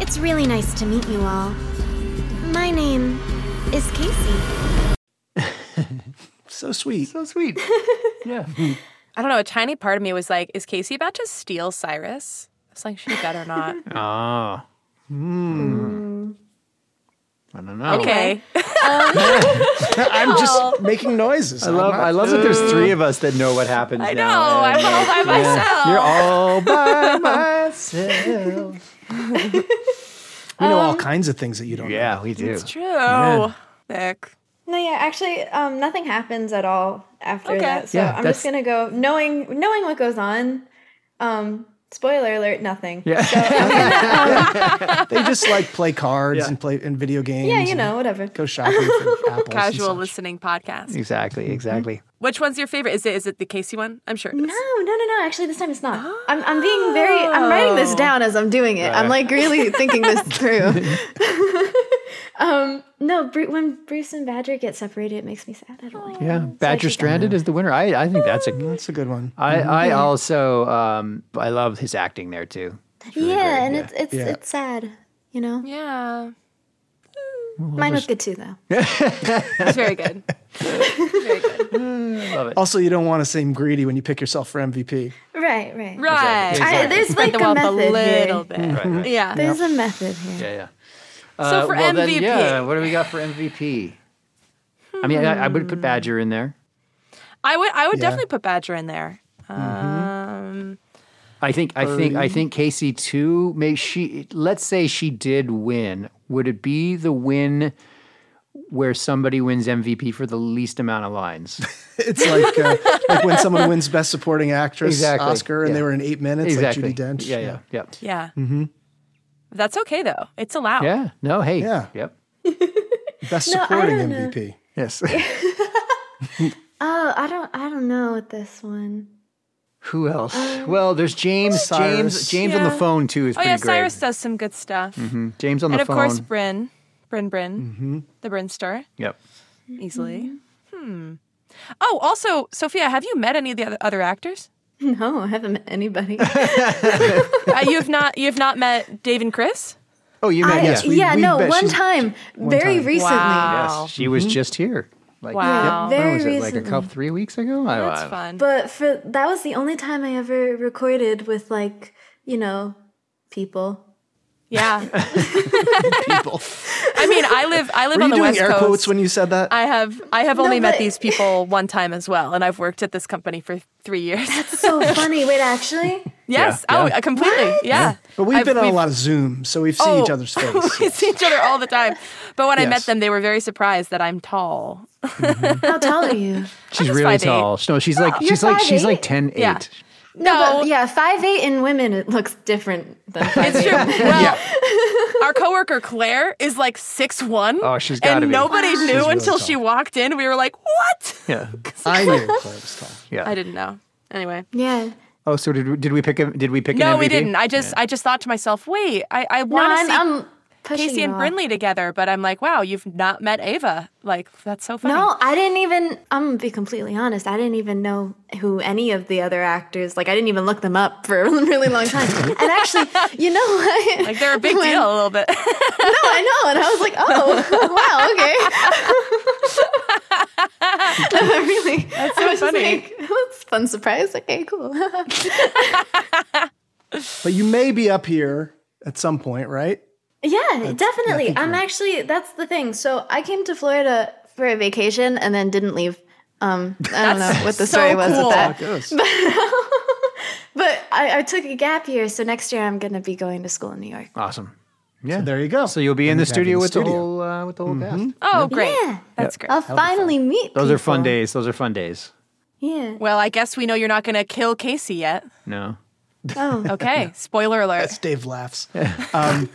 S: It's really nice to meet you all. My name is Casey.
G: So sweet.
E: So sweet. Yeah.
D: I don't know. A tiny part of me was like, is Casey about to steal Cyrus? I was like, she better not.
E: Ah. Hmm. I don't know.
D: Okay.
G: I'm just making noises.
E: I love I love that there's three of us that know what happens I
D: No,
E: now.
D: I'm all by myself.
E: You're all by myself.
G: We know all
F: Um,
G: kinds of things that you don't.
E: Yeah, we do.
D: It's true.
G: Yeah.
D: Nick.
F: No, yeah, actually, um, nothing happens at all after
D: Okay.
F: that. So
E: Yeah,
F: I'm just
E: that's-
F: gonna go knowing knowing what goes on. Um, spoiler alert, nothing.
E: Yeah.
G: They just like play cards
E: Yeah.
G: and play and video games.
F: Yeah, you
G: and
F: know, whatever.
G: Go shopping for apples. and
D: Casual
G: such.
D: listening podcast.
E: Exactly, exactly.
D: Which one's your favorite? Is it is it the Casey one? I'm sure. It is.
F: No, no, no, no. Actually, this time it's not. I'm, I'm being very. I'm writing this down as I'm doing it. I'm like really thinking this through. um, no, Bru- when Bruce and Badger get separated, it makes me sad. I don't like.
E: Yeah, Badger Stranded is the winner. I, I think that's a
G: That's a good one.
E: I, I also um I love his acting there too.
F: It. yeah, and
E: yeah.
F: it's it's
E: Yeah.
F: it's sad. You know.
D: Yeah.
F: Mine was good too, though.
D: It's very good. very good.
G: Also, you don't want to seem greedy when you pick yourself for MVP.
F: Right, right,
D: Right.
F: I, there's
D: Spread
F: like
D: the
F: a
D: wealth a
F: method
D: little
F: here.
D: bit. Yeah.
F: There's a method here.
E: Yeah, yeah. Uh,
D: for
E: well, then,
D: MVP.
E: yeah, what do we got for MVP? I mean, I, I would put Badger in there.
D: I would I would
E: Yeah.
D: definitely put Badger in there. Um,
E: I think I think I
D: Purdy.
E: think Casey too. May she let's say she did win. Would it be the win where somebody wins MVP for the least amount of lines?
G: It's like uh, like when someone wins Best Supporting Actress
E: Exactly,
G: Oscar and
E: yeah.
G: they were in eight minutes,
E: exactly.
G: like Judy Dench.
E: Yeah, yeah, yeah.
D: yeah,
G: Mm-hmm.
D: that's okay though. It's allowed. Oh,
E: Yeah. No. Hey. Yeah. Yep.
G: Best
F: No, I
G: supporting
F: don't know.
G: MVP.
E: Yes.
F: Oh, I don't I don't know with this one.
E: Who else? well, there's James. James. James on the
D: Yeah.
E: phone too is
D: oh
E: pretty
D: yeah,
E: great.
D: Cyrus does some good stuff.
E: hmm James on
D: and
E: the
D: of
E: phone.
D: course, Bryn, Bryn, Bryn,
G: Mm-hmm.
E: Mhm.
D: the Brinster,
E: Yep.
F: Mm-hmm.
D: easily. Hmm. Oh, also, Sophia, have you met any of the oth- other actors?
F: No, I haven't met anybody.
D: uh, you've not. You've not met Dave and Chris.
E: Oh, you
F: I-
E: met yes. we-
F: yeah,
E: we
F: no,
E: bet
F: one
E: she's-
F: time, very
E: time.
F: recently.
E: Yes, she
D: Mm-hmm.
E: was just here. Like,
F: Wow.
E: yep, when
F: Very
E: was it? Like a
F: recently.
E: couple, three weeks ago. I- I-
F: But for that was the only time I ever recorded with like, you know, people.
D: Yeah. I mean, I live. I live
G: Were
D: on
G: you
D: the
G: doing
D: West
G: air
D: Coast.
G: quotes when you said that?
D: I have. I have
F: No,
D: only met
F: but-
D: these people one time as well, and I've worked at this company for three years.
F: That's so Oh, funny. Wait, actually?
D: Yes. Oh, uh, completely. Yeah.
G: But we've
D: I've-
G: been on
D: we've-
G: a lot of Zoom, so we've seen each
D: Oh,
G: other's face.
D: we see each other all the time. But when I met
G: Yes.
D: them, they were very surprised that I'm tall.
F: How tall are you?
E: she's
D: was
E: really
D: 5'8".
E: tall. No, she's like
F: You're
E: she's like she's
F: 5'8"?
E: like ten eight.
F: Yeah. No, but, yeah, five eight in women, it looks different than five
D: It's true. Well, our coworker Claire is like six one.
E: Oh, she's gotta
D: and
E: be.
D: nobody
E: She's
D: knew
E: really
D: until
E: tall.
D: she walked in. We were like, "What?"
E: Yeah.
G: I knew Claire was tall.
E: Yeah.
D: I didn't know. Anyway.
F: Yeah.
E: Oh, so did we, did we pick a did we pick an
D: No,
E: MVP?
D: we didn't. I just I just thought to myself, wait, I, I want to
F: I'm-
D: see
F: I'm pushing
D: Casey
F: you
D: and
F: off.
D: Brinley together, but I'm like, wow, you've not met Ava. Like that's so funny.
F: No, I didn't even. I'm gonna be completely honest. I didn't even know who any of the other actors. Like, I didn't even look them up for a really long time. and actually, you know what?
D: Like they're a big
F: When-
D: deal a little bit.
F: No, I know, and I was like, oh, wow, okay. really? That's
D: so funny.
F: That's a fun surprise. Okay, cool.
G: But you may be up here at some point, right?
F: Yeah,
G: I
F: definitely.
G: think
F: I'm
G: you're-
F: actually that's the thing. So I came to Florida for a vacation and then didn't leave. Um, I don't know
G: That's
F: what the
G: so
F: story was
G: cool.
F: with that.
G: That's how
F: But, but I, I took a gap year, so next year I'm gonna be going to school in New York.
E: Awesome. Yeah.
G: there you go.
E: So you'll be in
G: And
E: the
G: you have it in
E: studio
G: the
E: with the
G: studio.
E: whole uh, with the whole cast.
D: Oh, great.
E: That's
F: I'll finally meet.
E: Those are fun
F: people.
E: days. Those are fun days.
F: Yeah.
D: Well, I guess we know you're not going to kill Casey yet.
E: No.
F: Oh.
D: Okay. Spoiler alert.
G: That's Dave laughs. Um,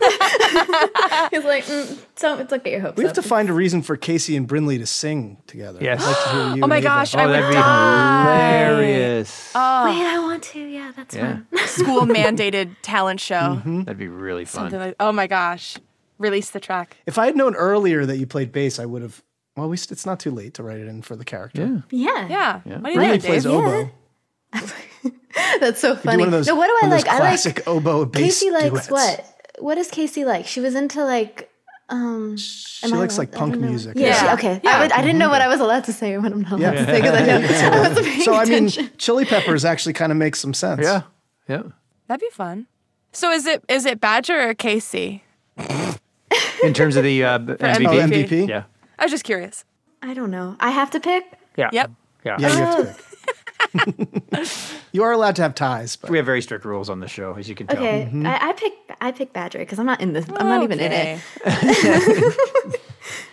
F: He's like, mm, so it's okay. Your hopes.
G: we have
F: up.
G: to find a reason for Casey and Brinley to sing together.
E: Yes.
G: I'd like to hear you
D: Oh my
G: and Ava.
D: gosh, I
E: oh,
D: would
E: that'd be
D: die.
E: hilarious.
D: Oh.
F: Wait, I want to. Yeah, that's
E: Yeah.
F: fun.
D: School mandated talent show.
E: That'd be really fun.
D: Something like, oh my gosh. Release the track.
G: If I had known earlier that you played bass, I would have. Well, we, st- it's not too late to write it in for the character.
F: Yeah.
D: Yeah. What do you
G: Brinley
D: think,
G: plays
D: Dave?
G: oboe.
F: That's so
G: We do
F: funny.
G: one of those,
F: no, what do I
G: one of
F: like?
G: those
F: I like
G: classic oboe bass
F: Casey likes
G: duets.
F: what? What does Casey like? She was into like. Um, she
G: likes, like, punk music.
F: Yeah.
G: Yeah.
F: she- okay. I, would, I didn't know what I was allowed to say or what I'm not allowed
G: Mm-hmm. Yeah.
F: to say because I, didn't- I wasn't paying
G: so I mean,
F: attention.
G: Chili Peppers actually kind of makes some sense. Yeah,
E: yeah.
D: That'd be fun. So is it is it Badger or Casey?
E: In terms of the uh, b-
D: For MVP.
E: MVP.
D: Oh, MVP?
E: Yeah.
D: I was just curious.
F: I don't know. I have to pick. Oh,
E: Yeah.
D: Yep.
E: Yeah.
G: Yeah, you have
F: Ah.
G: to pick. you are allowed to have ties, but
E: We have very strict rules on the show, as you can tell.
F: Okay,
G: Mm-hmm.
F: I, I pick. I pick Badger because I'm not in this. I'm not even in it.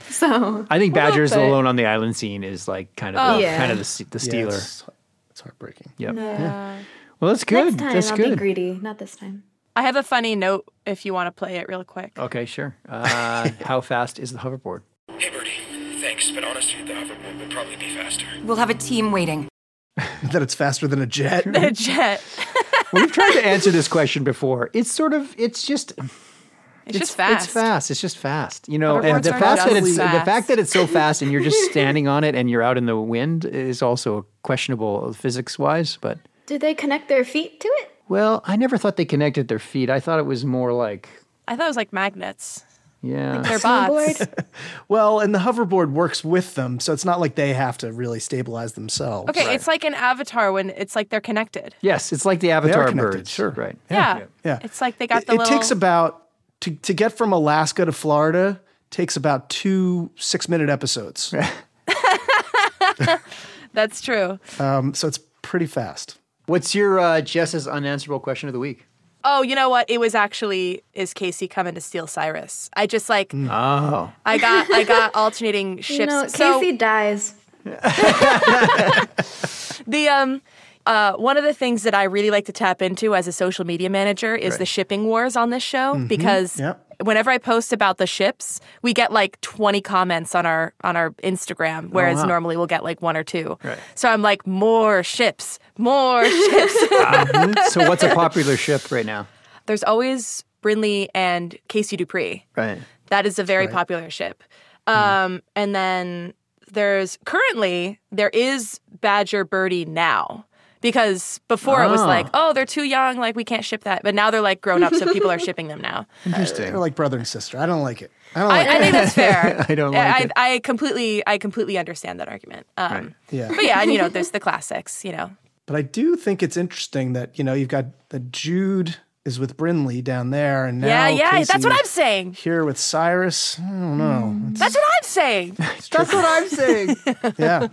F: so
E: I think
F: Well,
E: Badger's
F: but-
E: alone on the island scene is like kind of
F: Oh.
E: the,
F: Yeah.
E: kind of the, s- the
G: Yeah,
E: stealer.
G: it's- it's heartbreaking.
E: Yep.
F: No.
E: Well, that's good.
F: Next time
E: that's
F: I'll
E: good.
F: be greedy. Not this time.
D: I have a funny note if you want to play it real quick.
E: Okay, sure. Uh, how fast is the hoverboard?
I: Thanks, but honestly, the hoverboard would probably be faster.
M: We'll have a team waiting.
G: that it's faster than a jet.
D: The jet.
E: We've tried to answer this question before. It's sort of, it's just,
D: It's, just fast.
E: It's fast. It's just fast. You know, and
D: Hoverboards
E: the
D: are
E: fact that
D: just
E: it's the
D: fast.
E: fact that it's so fast, and you're just standing on it, and you're out in the wind, is also questionable physics wise. But
F: Do they connect their feet to it?
E: well, I never thought they connected their feet. I thought it was more like,
D: I thought it was like magnets.
E: yeah,
D: They're bots.
G: Well, and the hoverboard works with them, so it's not like they have to really stabilize themselves.
D: Okay, it's like an avatar when it's like they're connected.
E: yes, it's like the
G: They are
E: Avatar
G: connected,
E: birds, sure, right?
D: Yeah.
G: Yeah.
D: It's like they got the
G: it
D: little
G: takes about to, to get from Alaska to Florida takes about two six minute episodes.
D: That's true.
G: um, so it's pretty fast.
E: What's your uh, Jess's unanswerable question of the week?
D: Oh, you know what? It was actually is Casey coming to steal Cyrus? I just like
E: Oh.
D: I got I got alternating
F: Mm. You
D: ships.
F: know,
D: So-
F: Casey dies.
D: the um uh, one of the things that I really like to tap into as a social media manager is the shipping wars on this show
F: Mhm.
D: because
F: Yep.
D: whenever I post about the ships, we get like 20 comments on our on our Instagram, whereas
F: Oh, wow.
D: normally we'll get like one or two.
E: Right.
D: So I'm like, more ships, more ships.
G: Mm-hmm.
E: so what's a popular ship right now?
D: There's always Brinley and Casey Dupree.
E: Right.
D: That is a very
E: Right.
D: popular ship.
G: Hmm.
D: Um, And then there's currently there is Badger Birdie now because before it was
G: Ah.
D: like oh they're too young like we can't ship that but now they're like grown up so people are shipping them now.
G: Interesting. They're like brother and sister. I don't like it. I don't
D: I,
G: like
D: I
G: it.
D: think that's fair.
G: Oh, I don't
D: I,
G: like it.
D: I completely I completely understand that argument. Um,
G: Yeah.
D: But yeah, and, you know there's the classics. You know
G: But I do think it's interesting that, you know, you've got that Jude is with Brinley down there and now
D: yeah yeah that's
G: Casey
D: what I'm
G: is
D: saying.
G: Here with Cyrus. Hmm, I don't know.
D: That's what I'm saying.
E: That's what I'm saying.
G: yeah.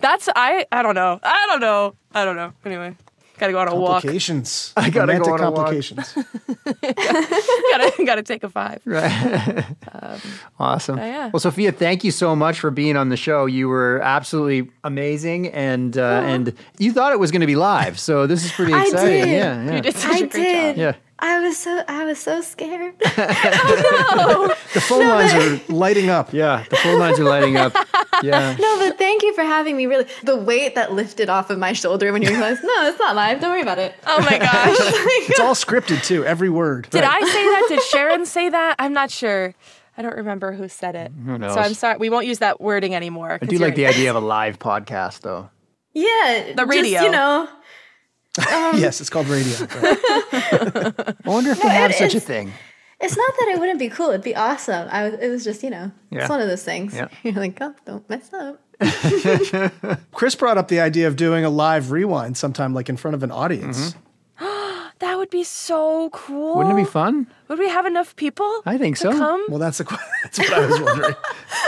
D: That's I I don't know. I don't know. I don't know. Anyway, gotta go on a walk.
G: Complications.
E: I gotta go
G: Romantic
E: on a walk.
G: complications.
D: gotta gotta take a five.
E: Right. awesome.
D: oh, yeah.
E: Well, Sophia, thank you so much for being on the show. You were absolutely amazing, and uh, and you thought it was going to be live, so this is pretty
F: I
E: exciting.
F: did.
E: Yeah, yeah.
F: I did.
E: Yeah.
F: I was so I was so scared.
E: The phone lines are lighting up. Yeah, the phone lines are lighting up. Yeah.
F: No, but thank you for having me. Really, the weight that lifted off of my shoulder when you realized, no, it's not live. Don't worry about it.
D: Oh my gosh.
G: it's all scripted too, every word.
D: Did I say that? Did Sharon say that? I'm not sure. I don't remember who said it.
E: Who knows?
D: So I'm sorry. We won't use that wording anymore.
E: I
D: 'cause
E: do like the
D: you're-
E: idea of a live podcast, though.
F: Yeah,
D: The radio.
F: you know,
G: yes, it's called radio.
E: I wonder if
F: No,
E: they have
F: it
E: such a
F: is.
E: thing.
F: it's not that it wouldn't be cool. It'd be awesome. I was, it was just you know,
G: Yeah.
F: it's one of those things.
G: Yeah.
F: You're like, oh, don't mess up.
G: Chris brought up the idea of doing a live rewind sometime, like in front of an audience.
D: that would be so cool.
G: Wouldn't it be fun?
D: Would we have enough people?
G: I think
D: to Come?
G: Well, that's, a, that's what I was wondering.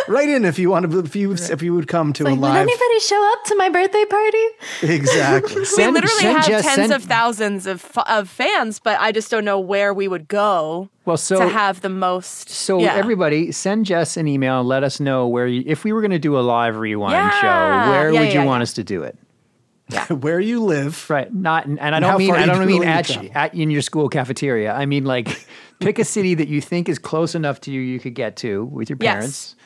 G: Write in if you want to, if you if you would come to a
F: Will
G: live.
F: anybody show up to my birthday party?
G: Exactly.
D: we literally have tens of thousands of f- of fans, but I just don't know where we would go.
E: Well, so-
D: to have the most.
E: So
D: yeah.
E: everybody, send Jess an email. and Let us know where you, if we were going to do a live rewind
D: Yeah.
E: show, where
D: Yeah,
E: would you
D: yeah,
E: want
D: yeah.
E: us to do it?
G: where you live,
E: right? Not, and I
G: And
E: don't
G: how
E: mean
G: far
E: I
G: you
E: don't mean
G: willing to
E: at,
G: travel.
E: at in your school cafeteria. I mean like pick a city that you think is close enough to you you could get to with your
D: Yes.
E: parents.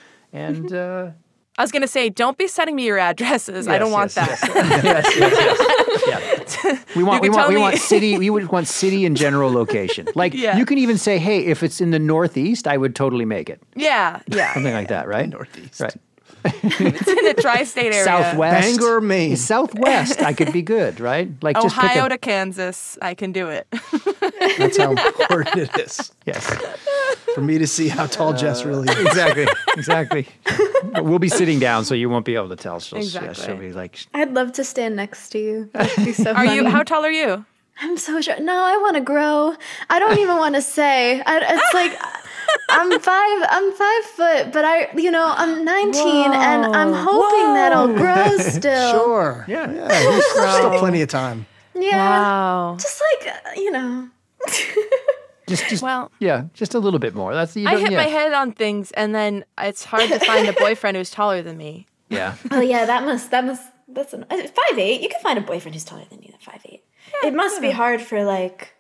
E: And uh,
D: I was gonna say, don't be sending me your addresses. I
E: Yes,
D: don't want
E: yes,
D: that.
E: we want we
D: can
E: want
D: tell
E: we
D: me-
E: want city we would want city and general location. Like
D: Yeah.
E: you can even say, hey, if it's in the northeast, I would totally make it.
D: Yeah, yeah.
E: Something like that, right? Northeast, right?
D: It's in the tri-state area.
E: Southwest,
G: Bangor, Maine.
E: Southwest, I could be good, right? Like just pick
D: Ohio
E: a,
D: to Kansas, I can do it.
G: That's how important it is.
E: Yes.
G: For me to see how tall Jess really is.
E: exactly, exactly. But we'll be sitting down, so you won't be able to tell. She'll, yeah,
D: Exactly.
E: she'll be like,
F: I'd love to stand next to you. That'd be so
D: Are you?
F: funny.
D: How tall are you?
F: I'm so sure. No, I want to grow. I don't even want to say. I, it's like I'm five. I'm five foot, but I, you know, I'm 19, and I'm
G: Whoa.
F: hoping that I'll grow still.
G: Sure. Yeah. yeah there's still plenty of time.
F: Yeah.
D: Wow.
F: Just like uh, you know.
E: just, just
D: well,
E: yeah, just a little bit more. That's you
D: I
E: don't-
D: hit
E: yeah.
D: my head on things, and then it's hard to find a boyfriend who's taller than me.
E: Yeah.
F: Oh yeah, that must that must that's an, uh, five eight. You can find a boyfriend who's taller than you than five eight. it must be hard for like,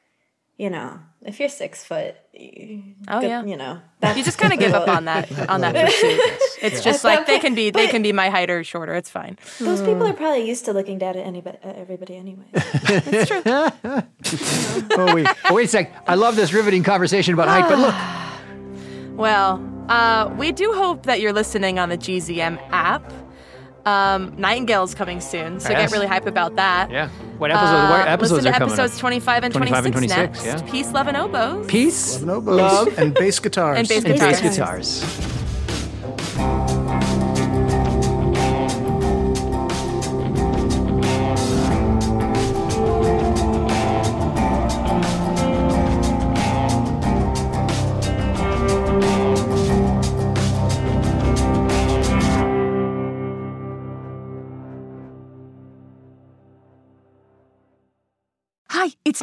F: you know, if you're six foot. You,
D: Oh,
F: good-
D: yeah.
F: you know.
D: you just kind of give up on that on that pursuit. It's just
F: At that
D: like they
F: point-
D: can be they
F: but-
D: can be my height or shorter. It's fine.
F: Those people are probably used to looking down at anybody, at everybody anyway.
E: That's true. oh wait, oh, wait a sec. I love this riveting conversation about height,
D: Ah.
E: but look,
D: Well, uh, we do hope that you're listening on the GZM app. Um, Nightingale's coming soon, so
E: Yes.
D: get really hype about that.
E: yeah. What episodes? what
D: Uh,
E: episodes
D: listen
E: are
D: to
E: coming?
D: episodes 25 and
E: 25 and
D: 26
E: 26,
D: next. Peace, love, and oboes.
E: up? Peace,
G: Love and oboes. And bass guitars.
D: And bass
E: and bass
D: guitars.
E: guitars.
D: Hi, it's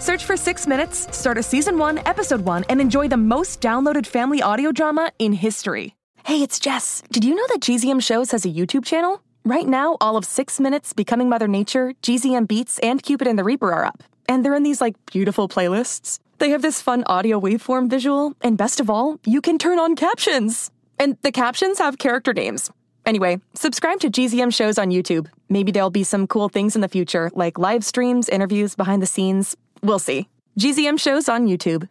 D: Search for Six Minutes, start a season one, episode one, and enjoy the most downloaded family audio drama in history. Hey, it's Jess. Did you know that GZM Shows has a YouTube channel? Right now, all of Six Minutes, Becoming Mother Nature, GZM Beats, and Cupid and the Reaper are up. And they're in these, like, beautiful playlists. They have this fun audio waveform visual, and best of all, you can turn on captions. And the captions have character names. Anyway, subscribe to GZM shows on YouTube. Maybe there'll be some cool things in the future, like live streams, interviews, behind the scenes. We'll see. GZM shows on YouTube.